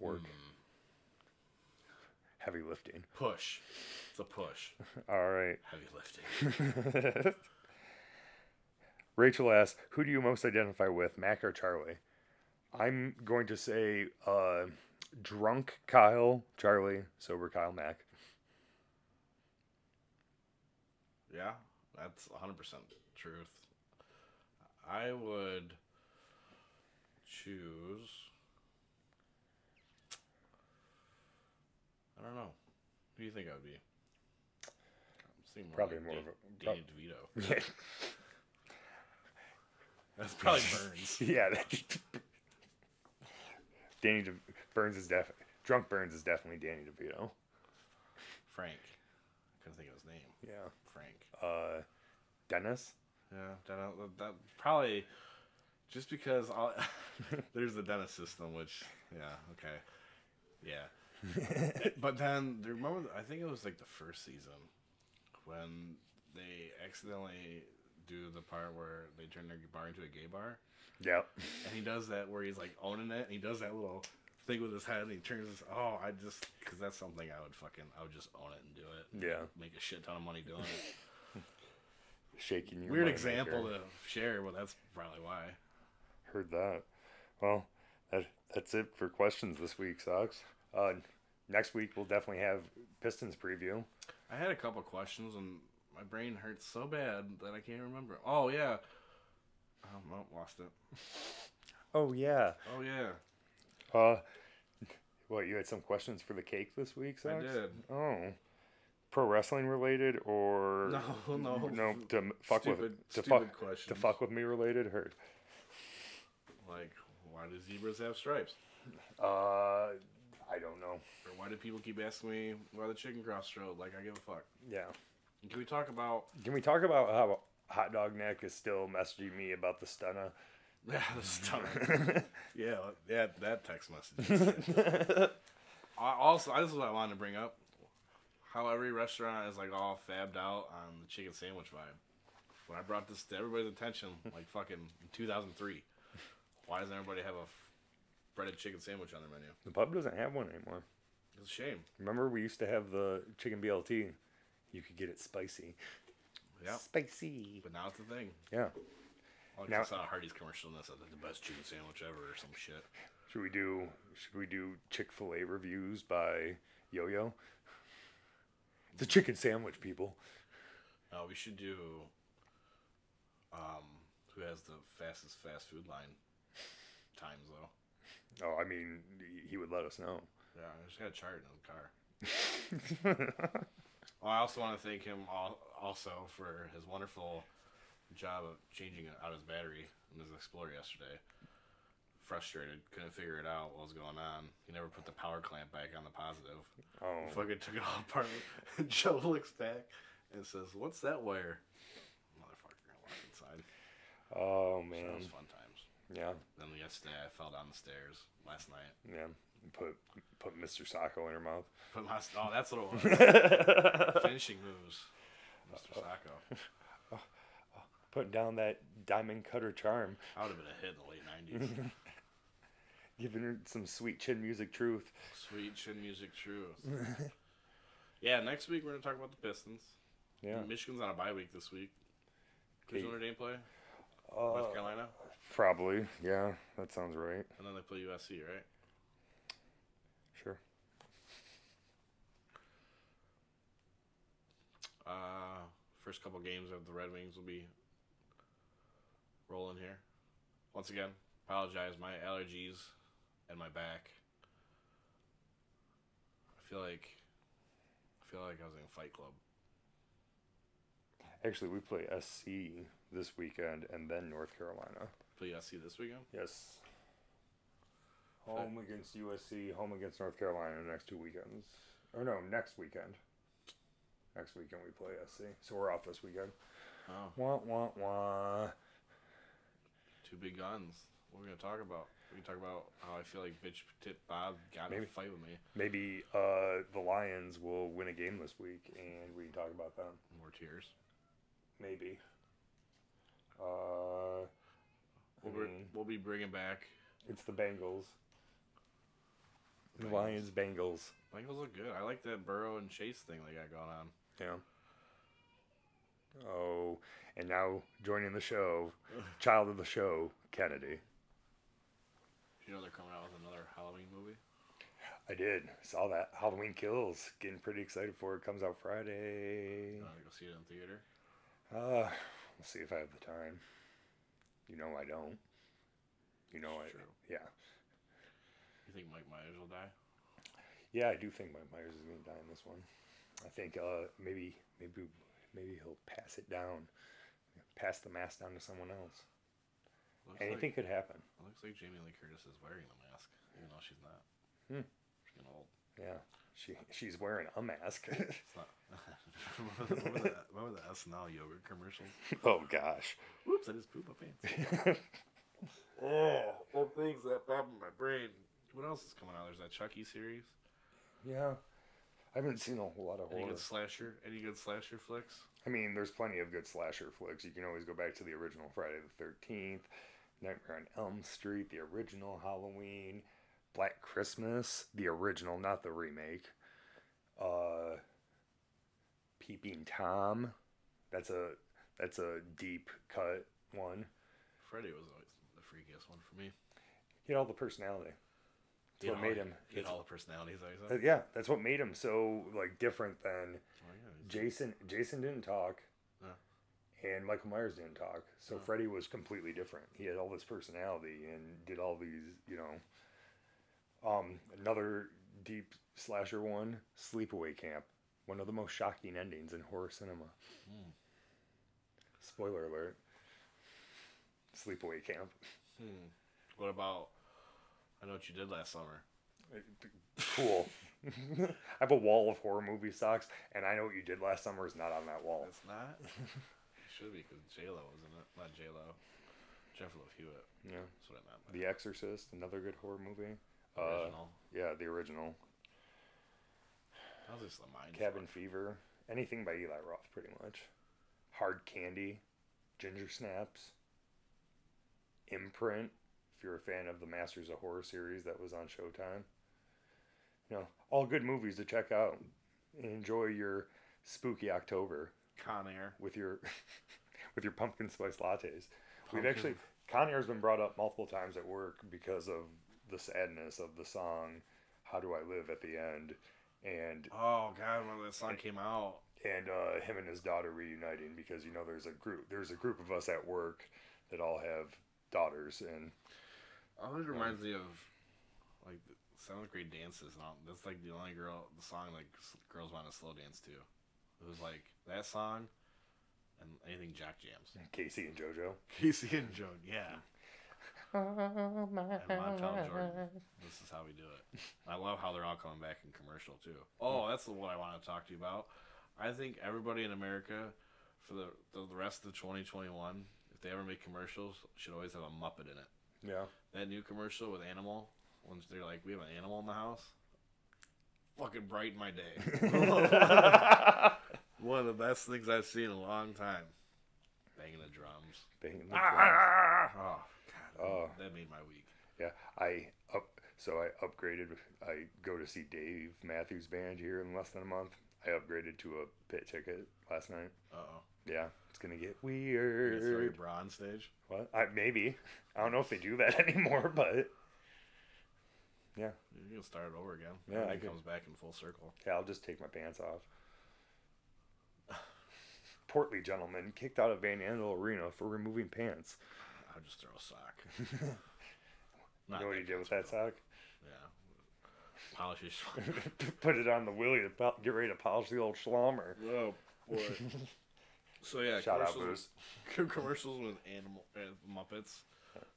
Speaker 3: work,
Speaker 2: Hmm.
Speaker 3: heavy lifting.
Speaker 2: Push. It's a push.
Speaker 3: All right.
Speaker 2: Heavy lifting.
Speaker 3: Rachel asks, "Who do you most identify with, Mac or Charlie?" I'm going to say, uh, drunk Kyle, Charlie, sober Kyle, Mac.
Speaker 2: Yeah, that's 100% truth. I would choose. I don't know. Who do you think I would be? I'm seeing more
Speaker 3: Probably
Speaker 2: like
Speaker 3: more
Speaker 2: Da-
Speaker 3: of a-
Speaker 2: Danny DeVito. That's probably Burns.
Speaker 3: yeah. that- Danny De- Burns is def drunk. Burns is definitely Danny DeVito.
Speaker 2: Frank. I couldn't think of his name.
Speaker 3: Yeah.
Speaker 2: Frank.
Speaker 3: Uh, Dennis.
Speaker 2: Yeah, that, that, that probably just because all, there's the dentist system, which yeah, okay, yeah. but then there- remember, I think it was like the first season when they accidentally do the part where they turn their bar into a gay bar,
Speaker 3: Yep.
Speaker 2: and he does that where he's like owning it, and he does that little thing with his head, and he turns his oh, I just because that's something I would fucking I would just own it and do it,
Speaker 3: Yeah.
Speaker 2: make a shit ton of money doing it.
Speaker 3: Shaking your
Speaker 2: Weird
Speaker 3: moneymaker.
Speaker 2: example to share, but that's probably why.
Speaker 3: Heard that. Well, that, that's it for questions this week, Sox. Uh, next week we'll definitely have Pistons preview.
Speaker 2: I had a couple questions and my brain hurts so bad that I can't remember. Oh yeah. Oh no, lost it.
Speaker 3: Oh yeah.
Speaker 2: Oh yeah.
Speaker 3: Uh, what you had some questions for the cake this week,
Speaker 2: I
Speaker 3: Sox?
Speaker 2: did.
Speaker 3: Oh, pro wrestling related or
Speaker 2: No, no.
Speaker 3: no to m- fuck
Speaker 2: Stupid-
Speaker 3: with to
Speaker 2: stupid
Speaker 3: fuck to
Speaker 2: questions.
Speaker 3: fuck with me related? Heard.
Speaker 2: Like, why do zebras have stripes?
Speaker 3: Uh, I don't know.
Speaker 2: Or why do people keep asking me why the chicken cross road? Like I give a fuck.
Speaker 3: Yeah.
Speaker 2: Can we talk about
Speaker 3: Can we talk about how Hot Dog Neck is still messaging me about the stunner?
Speaker 2: Yeah, the stomach. yeah, yeah, that text message. I also, this is what I wanted to bring up. How every restaurant is like all fabbed out on the chicken sandwich vibe. When I brought this to everybody's attention, like fucking in 2003, why doesn't everybody have a f- breaded chicken sandwich on their menu?
Speaker 3: The pub doesn't have one anymore.
Speaker 2: It's a shame.
Speaker 3: Remember, we used to have the chicken BLT. You could get it spicy.
Speaker 2: Yeah,
Speaker 3: Spicy.
Speaker 2: but now it's the thing.
Speaker 3: Yeah.
Speaker 2: I
Speaker 3: Now-
Speaker 2: just saw a Hardee's commercial and that said like the best chicken sandwich ever or some shit.
Speaker 3: Should we do? Should we do Chick Fil A reviews by Yo Yo? It's a chicken sandwich, people.
Speaker 2: No, we should do. Um, who has the fastest fast food line times though?
Speaker 3: Oh, I mean, he would let us know.
Speaker 2: Yeah, I just got a chart in the car. well, I also want to thank him all, also for his wonderful job of changing out his battery in his Explorer yesterday. Frustrated, couldn't figure it out what was going on. He never put the power clamp back on the positive.
Speaker 3: Oh,
Speaker 2: Fucking took it all apart. Joe looks back and says, "What's that wire?" Motherfucker, I walked inside.
Speaker 3: oh
Speaker 2: So that was
Speaker 3: man.
Speaker 2: fun times.
Speaker 3: Yeah,
Speaker 2: Then yesterday I fell down the stairs last night.
Speaker 3: yeah. Put put Mr. Sacco in her mouth.
Speaker 2: Put my oh that's what it was. Finishing moves, Mr. Sacco.
Speaker 3: Put down that diamond cutter charm.
Speaker 2: I would have been a hit in the late '90s.
Speaker 3: Giving her some sweet chin music truth.
Speaker 2: Sweet chin music, true. Yeah, next week we're gonna talk about the Pistons.
Speaker 3: Yeah.
Speaker 2: Michigan's on a bye week this week. Does
Speaker 3: Okay.
Speaker 2: Notre Dame play?
Speaker 3: Uh,
Speaker 2: North Carolina,
Speaker 3: probably. Yeah, that sounds right.
Speaker 2: and then they play USC, right?
Speaker 3: Sure.
Speaker 2: Uh, first couple games of the Red Wings will be rolling here. Once again, apologize. My allergies and my back. I feel like I feel like I was in Fight Club.
Speaker 3: Actually, we play SC this weekend and then North Carolina.
Speaker 2: Play USC this weekend.
Speaker 3: Yes. Home against USC, home against North Carolina the next two weekends. Or no, next weekend. Next weekend we play SC. So we're off this weekend.
Speaker 2: Oh,
Speaker 3: Wah, wah, wah.
Speaker 2: two big guns. What are we gonna talk about? We can talk about how I feel like bitch tip Bob got in a
Speaker 3: Maybe.
Speaker 2: fight with me.
Speaker 3: Maybe uh, the Lions will win a game this week, and we can talk about them.
Speaker 2: More tears.
Speaker 3: Maybe. Uh,
Speaker 2: We'll,
Speaker 3: I
Speaker 2: br-
Speaker 3: mean-
Speaker 2: we'll be bringing back.
Speaker 3: it's the Bengals. The
Speaker 2: Bengals.
Speaker 3: Lions, Bengals.
Speaker 2: Bengals look good. I like that Burrow and Chase thing they got going on.
Speaker 3: Yeah. Oh, and now joining the show, child of the show, Kennedy.
Speaker 2: You know they're coming out with another Halloween movie.
Speaker 3: I did. Saw that. Halloween Kills. Getting pretty excited for it. Comes out Friday.
Speaker 2: You want to go see it in theater?
Speaker 3: Uh, we'll see if I have the time. You know I don't. You know Oh, I.
Speaker 2: It's true.
Speaker 3: Yeah.
Speaker 2: You think Mike Myers will die?
Speaker 3: Yeah, I do think Mike Myers is going to die in this one. I think uh, maybe, maybe, maybe he'll pass it down, pass the mask down to someone else.
Speaker 2: Looks
Speaker 3: Anything
Speaker 2: Like,
Speaker 3: could happen.
Speaker 2: it looks like Jamie Lee Curtis is wearing the mask, even though she's not.
Speaker 3: Hmm.
Speaker 2: She's getting old.
Speaker 3: Yeah, she she's wearing a mask.
Speaker 2: It's not. remember, the, remember the SNL yogurt commercials?
Speaker 3: oh gosh.
Speaker 2: Whoops! I just pooped my pants. Yeah, that thing's that popped in my brain. What else is coming out? There's that Chucky series.
Speaker 3: yeah, I haven't seen a whole lot of
Speaker 2: Any
Speaker 3: horror.
Speaker 2: good slasher? Any good slasher flicks?
Speaker 3: I mean, there's plenty of good slasher flicks. You can always go back to the original Friday the Thirteenth, Nightmare on Elm Street, the original Halloween, Black Christmas, the original, not the remake. Uh, Peeping Tom, that's a that's a deep cut one.
Speaker 2: Freddy was always the freakiest one for me.
Speaker 3: He had all the personality. That's
Speaker 2: You
Speaker 3: what
Speaker 2: know,
Speaker 3: made him.
Speaker 2: He had
Speaker 3: that's-
Speaker 2: all the personalities. I
Speaker 3: Uh,
Speaker 2: was
Speaker 3: yeah, that's what made him so like different than
Speaker 2: oh, yeah, he's-
Speaker 3: Jason. Jason didn't talk,
Speaker 2: No.
Speaker 3: and Michael Myers didn't talk. So
Speaker 2: No.
Speaker 3: Freddy was completely different. He had all this personality and did all these, you know. Um, another deep slasher one, Sleepaway Camp, one of the most shocking endings in horror cinema.
Speaker 2: Hmm.
Speaker 3: Spoiler alert. Sleepaway Camp.
Speaker 2: Hmm. What about? I know what you did last summer.
Speaker 3: Cool. I have a wall of horror movie socks, and I know what you did last summer is not on that wall.
Speaker 2: It's not. it should be because J Lo was in it. Not J Lo. Jeff Love Hewitt.
Speaker 3: Yeah.
Speaker 2: That's what I meant. By
Speaker 3: The Exorcist, another good horror movie.
Speaker 2: the
Speaker 3: Uh,
Speaker 2: original.
Speaker 3: yeah, the original.
Speaker 2: That was just a mind.
Speaker 3: Cabin
Speaker 2: fuck.
Speaker 3: Fever. Anything by Eli Roth, pretty much. Hard Candy. Ginger Snaps. Imprint. If you're a fan of the Masters of Horror series that was on Showtime. You know, all good movies to check out. Enjoy your spooky October
Speaker 2: Con Air.
Speaker 3: with your with your pumpkin spice lattes. We've
Speaker 2: Pumpkin.
Speaker 3: actually Conair's been brought up multiple times at work because of the sadness of the song "How Do I Live" at the end, and
Speaker 2: Oh God! When that song came out,
Speaker 3: and uh, him and his daughter reuniting because you know there's a group there's a group of us at work that all have daughters and
Speaker 2: Always reminds me of like the seventh grade dances. And all, that's like the only girl the song like s- girls want to slow dance to. It was like that song and anything Jack jams.
Speaker 3: Casey and JoJo.
Speaker 2: Casey and Joan, yeah.
Speaker 3: Oh
Speaker 2: And Montel Jordan. This is how we do it. I love how they're all coming back in commercial too. Oh, that's the one I want to talk to you about. I think everybody in America for the the the rest of 2021, if they ever make commercials, should always have a Muppet in it.
Speaker 3: Yeah,
Speaker 2: that new commercial with animal when they're like we have an animal in the house fucking brighten my day one of the best things i've seen in a long time banging the drums
Speaker 3: Banging the drums.
Speaker 2: Ah! oh god
Speaker 3: Oh.
Speaker 2: that made my week
Speaker 3: Yeah, I up so I upgraded. I go to see Dave Matthews Band here in less than a month. I upgraded to a pit ticket last night.
Speaker 2: uh-oh
Speaker 3: Yeah, it's gonna get
Speaker 2: You're gonna throw your
Speaker 3: weird.
Speaker 2: bra on stage
Speaker 3: What? I, maybe I don't know if they do that anymore, but
Speaker 2: you can start it over again
Speaker 3: Yeah, I
Speaker 2: it
Speaker 3: could.
Speaker 2: comes back in full circle
Speaker 3: yeah, I'll just take my pants off. Portly gentleman kicked out of Van Andel Arena for removing pants.
Speaker 2: i'll just throw a sock
Speaker 3: You
Speaker 2: Not
Speaker 3: know what he did with that
Speaker 2: comfortable.
Speaker 3: sock?
Speaker 2: yeah polish your
Speaker 3: Put it on the wheelie to pol- get ready to polish the old schlummer.
Speaker 2: Oh boy. so yeah,
Speaker 3: Shout out,
Speaker 2: commercials, commercials with animal uh, Muppets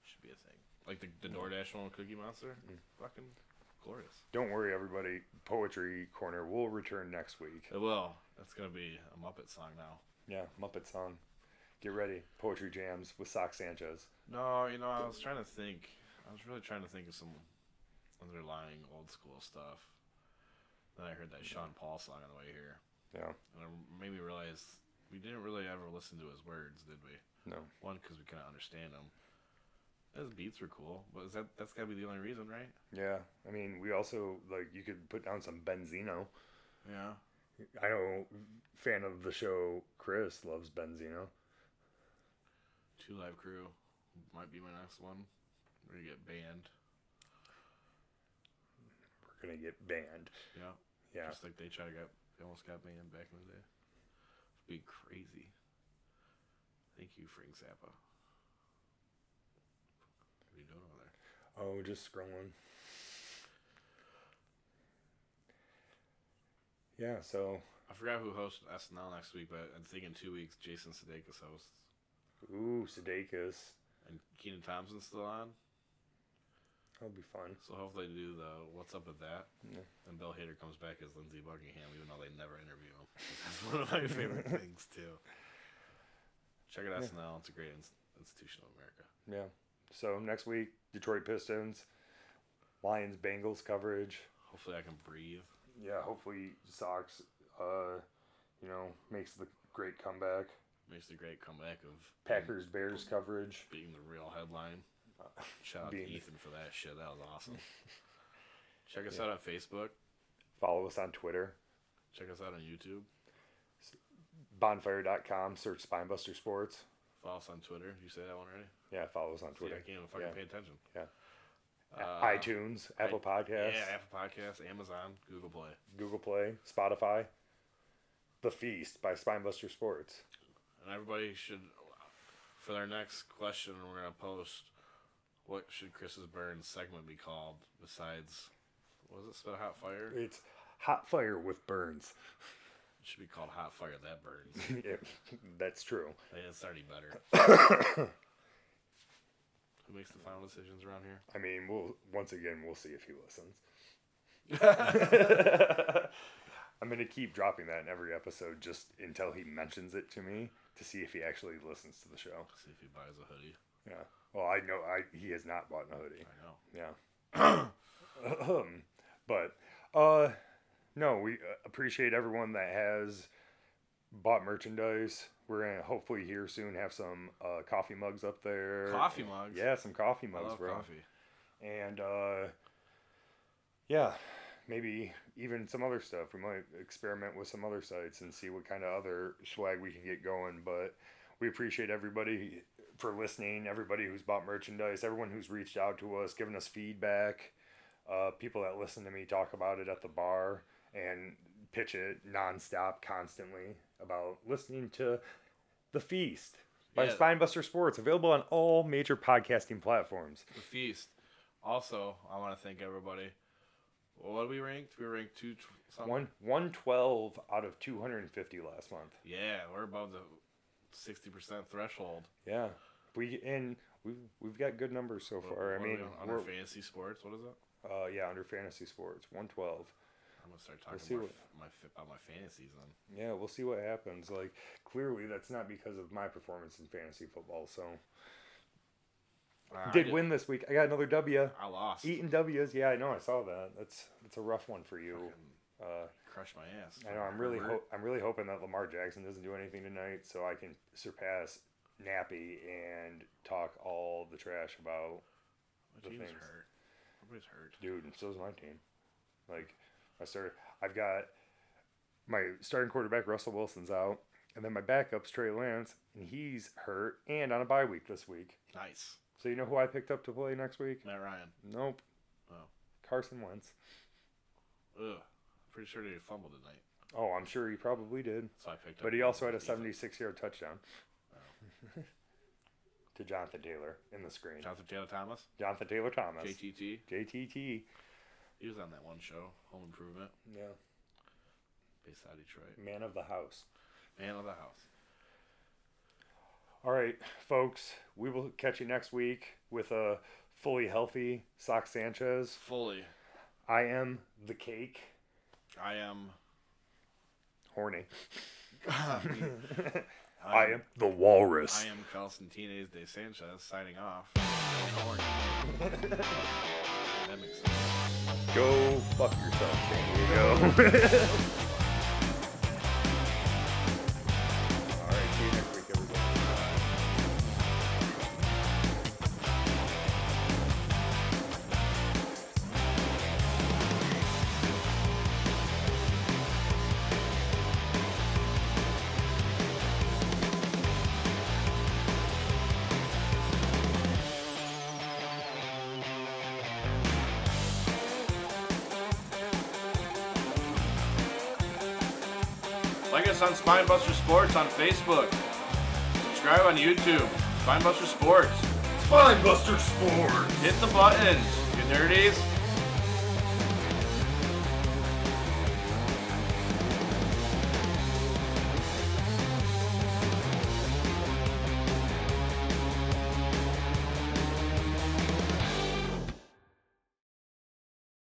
Speaker 2: should be a thing. Like the, the DoorDash one with Cookie Monster, fucking glorious.
Speaker 3: Don't worry, everybody. Poetry Corner will
Speaker 2: Eh,
Speaker 3: return next week.
Speaker 2: It will. That's gonna be a Muppet song now.
Speaker 3: Yeah, Muppet song. Get ready. Poetry jams with Sock Sanchez.
Speaker 2: No, you know, I was trying to think. I was really trying to think of some underlying old school stuff. Then I heard that Sean Paul song on the way here,
Speaker 3: Yeah.
Speaker 2: and it made me realize we didn't really ever listen to his words, did we?
Speaker 3: No.
Speaker 2: One, because we couldn't understand him. His beats were cool, but is that that's gotta be the only reason, right?
Speaker 3: Yeah. I mean, we also like you could put down some Benzino.
Speaker 2: Yeah.
Speaker 3: I know fan of the show Chris loves Benzino.
Speaker 2: Two Live Crew might be my next one. Where you get banned.
Speaker 3: We're gonna get banned.
Speaker 2: Yeah.
Speaker 3: Yeah.
Speaker 2: Just like they tried to get, they almost got banned back in the day. It'd be crazy. Thank you, Frank Zappa. What are you doing over there?
Speaker 3: Oh, just scrolling. Yeah, so
Speaker 2: I forgot who hosts SNL next week, but I'm thinking two weeks. Jason Sudeikis hosts,
Speaker 3: ooh, Sudeikis.
Speaker 2: and Keenan Thompson's still on.
Speaker 3: That'll be fun.
Speaker 2: So hopefully they do the what's up with that.
Speaker 3: Yeah.
Speaker 2: And Bill Hader comes back as Lindsey Buckingham, even though they never interview him. That's one of my favorite things too. Check it out, SNL. It's a great ins- institution of America.
Speaker 3: Yeah. So next week, Detroit Pistons, Lions Bengals coverage.
Speaker 2: Hopefully I can breathe.
Speaker 3: Yeah, hopefully Sox uh you know, makes the great comeback.
Speaker 2: Makes the great comeback of
Speaker 3: Packers Bears coverage.
Speaker 2: being the real headline. Shout out to
Speaker 3: being-
Speaker 2: Ethan for that shit. That was awesome. Check us out on Facebook.
Speaker 3: Follow us on Twitter.
Speaker 2: Check us out on YouTube.
Speaker 3: Bonfire.com, search Spinebuster Sports.
Speaker 2: Follow us on Twitter. You say that one already?
Speaker 3: Yeah, follow us on
Speaker 2: Yeah, I
Speaker 3: Twitter.
Speaker 2: can't even fucking
Speaker 3: Yeah.
Speaker 2: pay attention.
Speaker 3: A-
Speaker 2: Uh,
Speaker 3: iTunes, Apple Podcasts,
Speaker 2: Yeah, Apple Podcasts, Amazon, Google Play.
Speaker 3: Google Play, Spotify. The Feast by Spinebuster Sports.
Speaker 2: And everybody should, for their next question, we're going to post what should Chris's Burn segment be called besides, was it Spit a Hot Fire? It
Speaker 3: It's Hot Fire with Burns.
Speaker 2: should be called Hot Fire That Burns.
Speaker 3: Yeah, that's true.
Speaker 2: It's already better. Who makes the final decisions around here?
Speaker 3: I mean, we'll once again we'll see if he listens. I'm gonna keep dropping that in every episode just until he mentions it to me to see if he actually listens to the show.
Speaker 2: See if he buys a hoodie.
Speaker 3: Yeah. Well, I know I he has not bought a hoodie.
Speaker 2: I know.
Speaker 3: Yeah. Ahem. but uh no, we uh, appreciate everyone that has bought merchandise. We're going to hopefully here soon have some uh, coffee mugs up there.
Speaker 2: Coffee mugs?
Speaker 3: Yeah, some coffee
Speaker 2: I
Speaker 3: mugs,
Speaker 2: love
Speaker 3: bro.
Speaker 2: coffee.
Speaker 3: And uh yeah, maybe even some other stuff. We might experiment with some other sites and see what kind of other swag we can get going, but we appreciate everybody for listening, everybody who's bought merchandise, everyone who's reached out to us, given us feedback, uh, people that listen to me talk about it at the bar and pitch it nonstop, constantly about listening to The Feast by
Speaker 2: Yeah.
Speaker 3: Spinebuster Sports, available on all major podcasting platforms.
Speaker 2: The feast. Also, I want to thank everybody. What are we ranked? We were ranked two. Tw- something.
Speaker 3: One one twelve out of two hundred and fifty last month.
Speaker 2: Yeah, we're above the sixty percent threshold.
Speaker 3: Yeah, we and we we've got good numbers so far.
Speaker 2: What
Speaker 3: I
Speaker 2: are we
Speaker 3: mean,
Speaker 2: on? under
Speaker 3: we're,
Speaker 2: fantasy sports, what is it?
Speaker 3: uh, yeah, under fantasy sports, one twelve.
Speaker 2: I'm gonna start talking
Speaker 3: see
Speaker 2: about
Speaker 3: what-
Speaker 2: my, f- about my fantasies then.
Speaker 3: Yeah, we'll see what happens. Like clearly, that's not because of my performance in fantasy football. So
Speaker 2: Ah, I
Speaker 3: did win this week. I got another W.
Speaker 2: I lost.
Speaker 3: Eating W's. Yeah, I know. I saw that. That's that's a rough one for you. Uh,
Speaker 2: Crushed my ass.
Speaker 3: I know. I'm really
Speaker 2: Herbert.
Speaker 3: ho- I'm really hoping that Lamar Jackson doesn't do anything tonight, so I can surpass Nappy and talk all the trash about
Speaker 2: My
Speaker 3: the
Speaker 2: team's
Speaker 3: things.
Speaker 2: hurt. Everybody's hurt.
Speaker 3: dude, and so's my team. Like, I started. I've got my starting quarterback Russell Wilson's out, and then my backups Trey Lance, and he's hurt and on a bye week this week.
Speaker 2: Nice,
Speaker 3: So you know who I picked up to play next week?
Speaker 2: Matt Ryan.
Speaker 3: Nope,
Speaker 2: Oh,
Speaker 3: Carson Wentz.
Speaker 2: ugh. Pretty sure they fumbled tonight.
Speaker 3: Oh, I'm sure he probably did,
Speaker 2: So I picked up.
Speaker 3: but he Oh. also had a
Speaker 2: defense.
Speaker 3: 76 yard touchdown to Jonathan Taylor in the screen.
Speaker 2: Jonathan Taylor Thomas,
Speaker 3: Jonathan Taylor Thomas,
Speaker 2: JTT.
Speaker 3: JTT.
Speaker 2: He was on that one show, Home Improvement,
Speaker 3: Yeah,
Speaker 2: based out of Detroit.
Speaker 3: man of the house.
Speaker 2: Man of the house.
Speaker 3: All right, folks, we will catch you next week with a fully healthy Sock Sanchez.
Speaker 2: Fully,
Speaker 3: I am the cake.
Speaker 2: I am.
Speaker 3: Horny. I am the walrus.
Speaker 2: I am Constantines de Sanchez signing off. that makes sense.
Speaker 3: Go fuck yourself, San Diego. All right, see you next week, everybody.
Speaker 1: Like us on Spinebuster Sports on Facebook. Subscribe on YouTube. Spinebuster Sports. Spinebuster Sports. Hit the buttons, you nerdies.